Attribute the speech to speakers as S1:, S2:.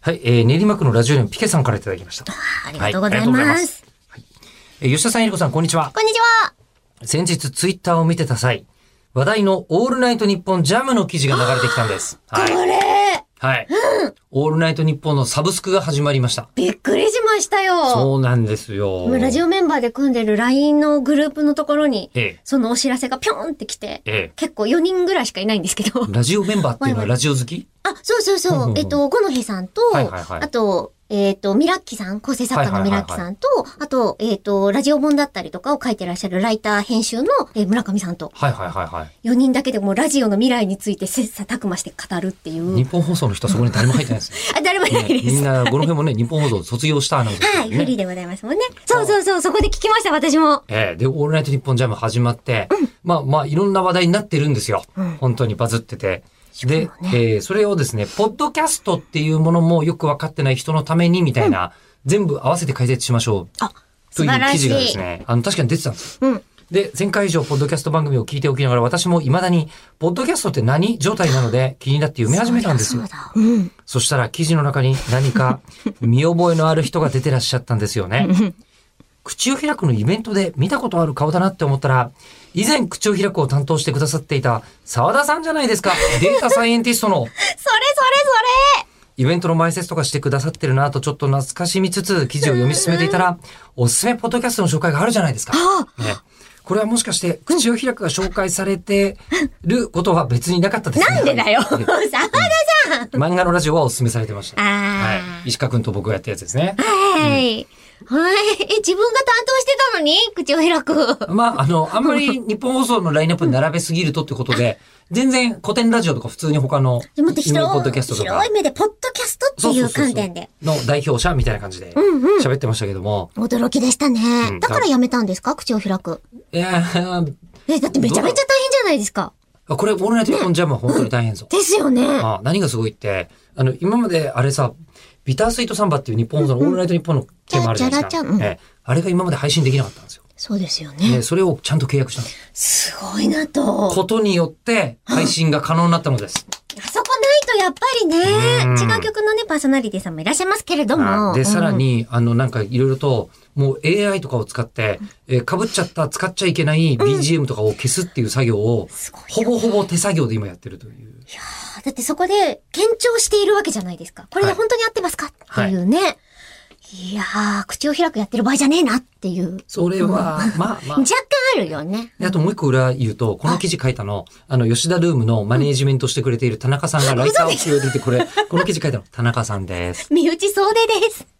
S1: はい、えー、練馬区のラジオネームピケさんからいただきました。
S2: ありがとうござい
S1: はいありがとうござい
S2: ま。
S1: ますえー、吉田さん、ゆりこさん、こんにちは。
S2: こんにちは。
S1: 先日、ツイッターを見てた際、話題のオールナイトニッポンジャムの記事が流れてきたんです。はい。
S2: これ、
S1: はい。オールナイトニッポンのサブスクが始まりました。
S2: びっくりしましたよ。
S1: そうなんですよ。
S2: ラジオメンバーで組んでる LINE のグループのところに、
S1: ええ
S2: そのお知らせがピョーンってきて、
S1: え
S2: 結構4人ぐらいしかいないんですけど。
S1: ラジオメンバーっていうのはラジオ好き
S2: あ、そうそ
S1: う
S2: う
S1: んうん
S2: そうう。
S1: ん
S2: えっと、ゴノヘさんと、
S1: はいはいはい
S2: あと、えっ、と、ミラッキさん、構成作家のミラッキさんと、あと、えっ、と、ラジオ本だったりとかを書いてらっしゃるライター編集の、えー村上さんと、
S1: はいはいはいはい。
S2: 4人だけでもうラジオの未来について切磋琢磨して語るっていう。
S1: 日本放送の人はそこに誰も入ってない ですね。
S2: あ、誰もいないです。
S1: みんな、この辺もね、日本放送卒業したアナウンサー
S2: は
S1: です
S2: い、
S1: ね
S2: フリーでございますもんね。そうそうそう、そこで聞きました、私も。
S1: ええで、オールナイトニッポンジャム始まって、まあまあ、いろんな話題になってるんですよ。本当にバズってて。で、えーそれをですね、ポッドキャストっていうものもよくわかってない人のためにみたいな、全部合わせて解説しましょう。
S2: あ、
S1: と
S2: 素
S1: いう
S2: 晴ら
S1: 記
S2: し
S1: 事
S2: い。
S1: がですね、あの、確かに出てたんです。
S2: うん。
S1: で、前回以上、ポッドキャスト番組を聞いておきながら、私も未だに、ポッドキャストって何状態なので、気になって読み始めたんですよ
S2: そう。だ。うん。
S1: そしたら記事の中に何 か見覚えのある人が出てらっしゃったんですよね。口を開くのイベントで見たことある顔だなって思ったら、以前口を開くを担当してくださっていた沢田さんじゃないですか。データサイエンティストの
S2: それそれ
S1: イベントの前説とかしてくださってるなとちょっと懐かしみつつ記事を読み進めていたら、おすすめポッドキャストの紹介があるじゃないですか。ね、これはもしかして口を開くが紹介されてることは別になかったです
S2: それなんでだよ沢田さん
S1: 漫画のラジオはお勧めされてました。はい
S2: あ。
S1: 石川くんと僕がやったやつですね。
S2: ー。はい。はい。え、自分が担当してたのに口を開く。
S1: まあ、あの、あんまり日本放送のラインナップに並べすぎるとってことで、全然古典ラジオとか普通に他の、
S2: でもって広
S1: ポッド
S2: い
S1: キャストとか
S2: 広い、目で、ポッドキャストっていう観点で。
S1: の代表者みたいな感じで喋ってましたけども、
S2: 驚きでした
S1: う
S2: ね
S1: ん。
S2: だからやめたんですか口を開く。
S1: いやー
S2: え、だってめちゃめちゃ大変じゃないですか。
S1: これ、オールナイトニッポンジャムは本当に大変ぞ。
S2: ですよね。
S1: ああ何がすごいって、あの、今まであれさ、ビタースイートサンバっていう日本放送のオールナイトニッポンのテーマあるじゃないです
S2: じゃ
S1: か。
S2: らじゃらうん
S1: ええあれが今まで配信できなかったんですよ。
S2: そうですよ
S1: ね
S2: ね。
S1: それをちゃんと契約したの
S2: すごいなと。
S1: ことによって配信が可能になったのです。
S2: あそこないとやっぱりね、
S1: うん
S2: 違う曲のね、パーソナリティさんもいらっしゃいますけれども。
S1: で、さら
S2: うん。
S1: に、あの、なんかいろいろと、もう AI とかを使って、えー、被っちゃった、使っちゃいけない BGM とかを消すっていう作業を、
S2: すごい
S1: ほぼほぼ手作業で今やってるという。
S2: だってそこで、検証しているわけじゃないですか。これで
S1: はい
S2: 本当に合ってますかっていうね。い、やー、口を開くやってる場合じゃねえなっていう。
S1: それ は、まあまあ
S2: 若干。あるよね。
S1: であともう一個裏言うと、この記事書いたの、あの、吉田ルームのマネージメント してくれている田中さんがライターを強いてて、これ、この記事書いたの、田中さんです。
S2: 身内総出です。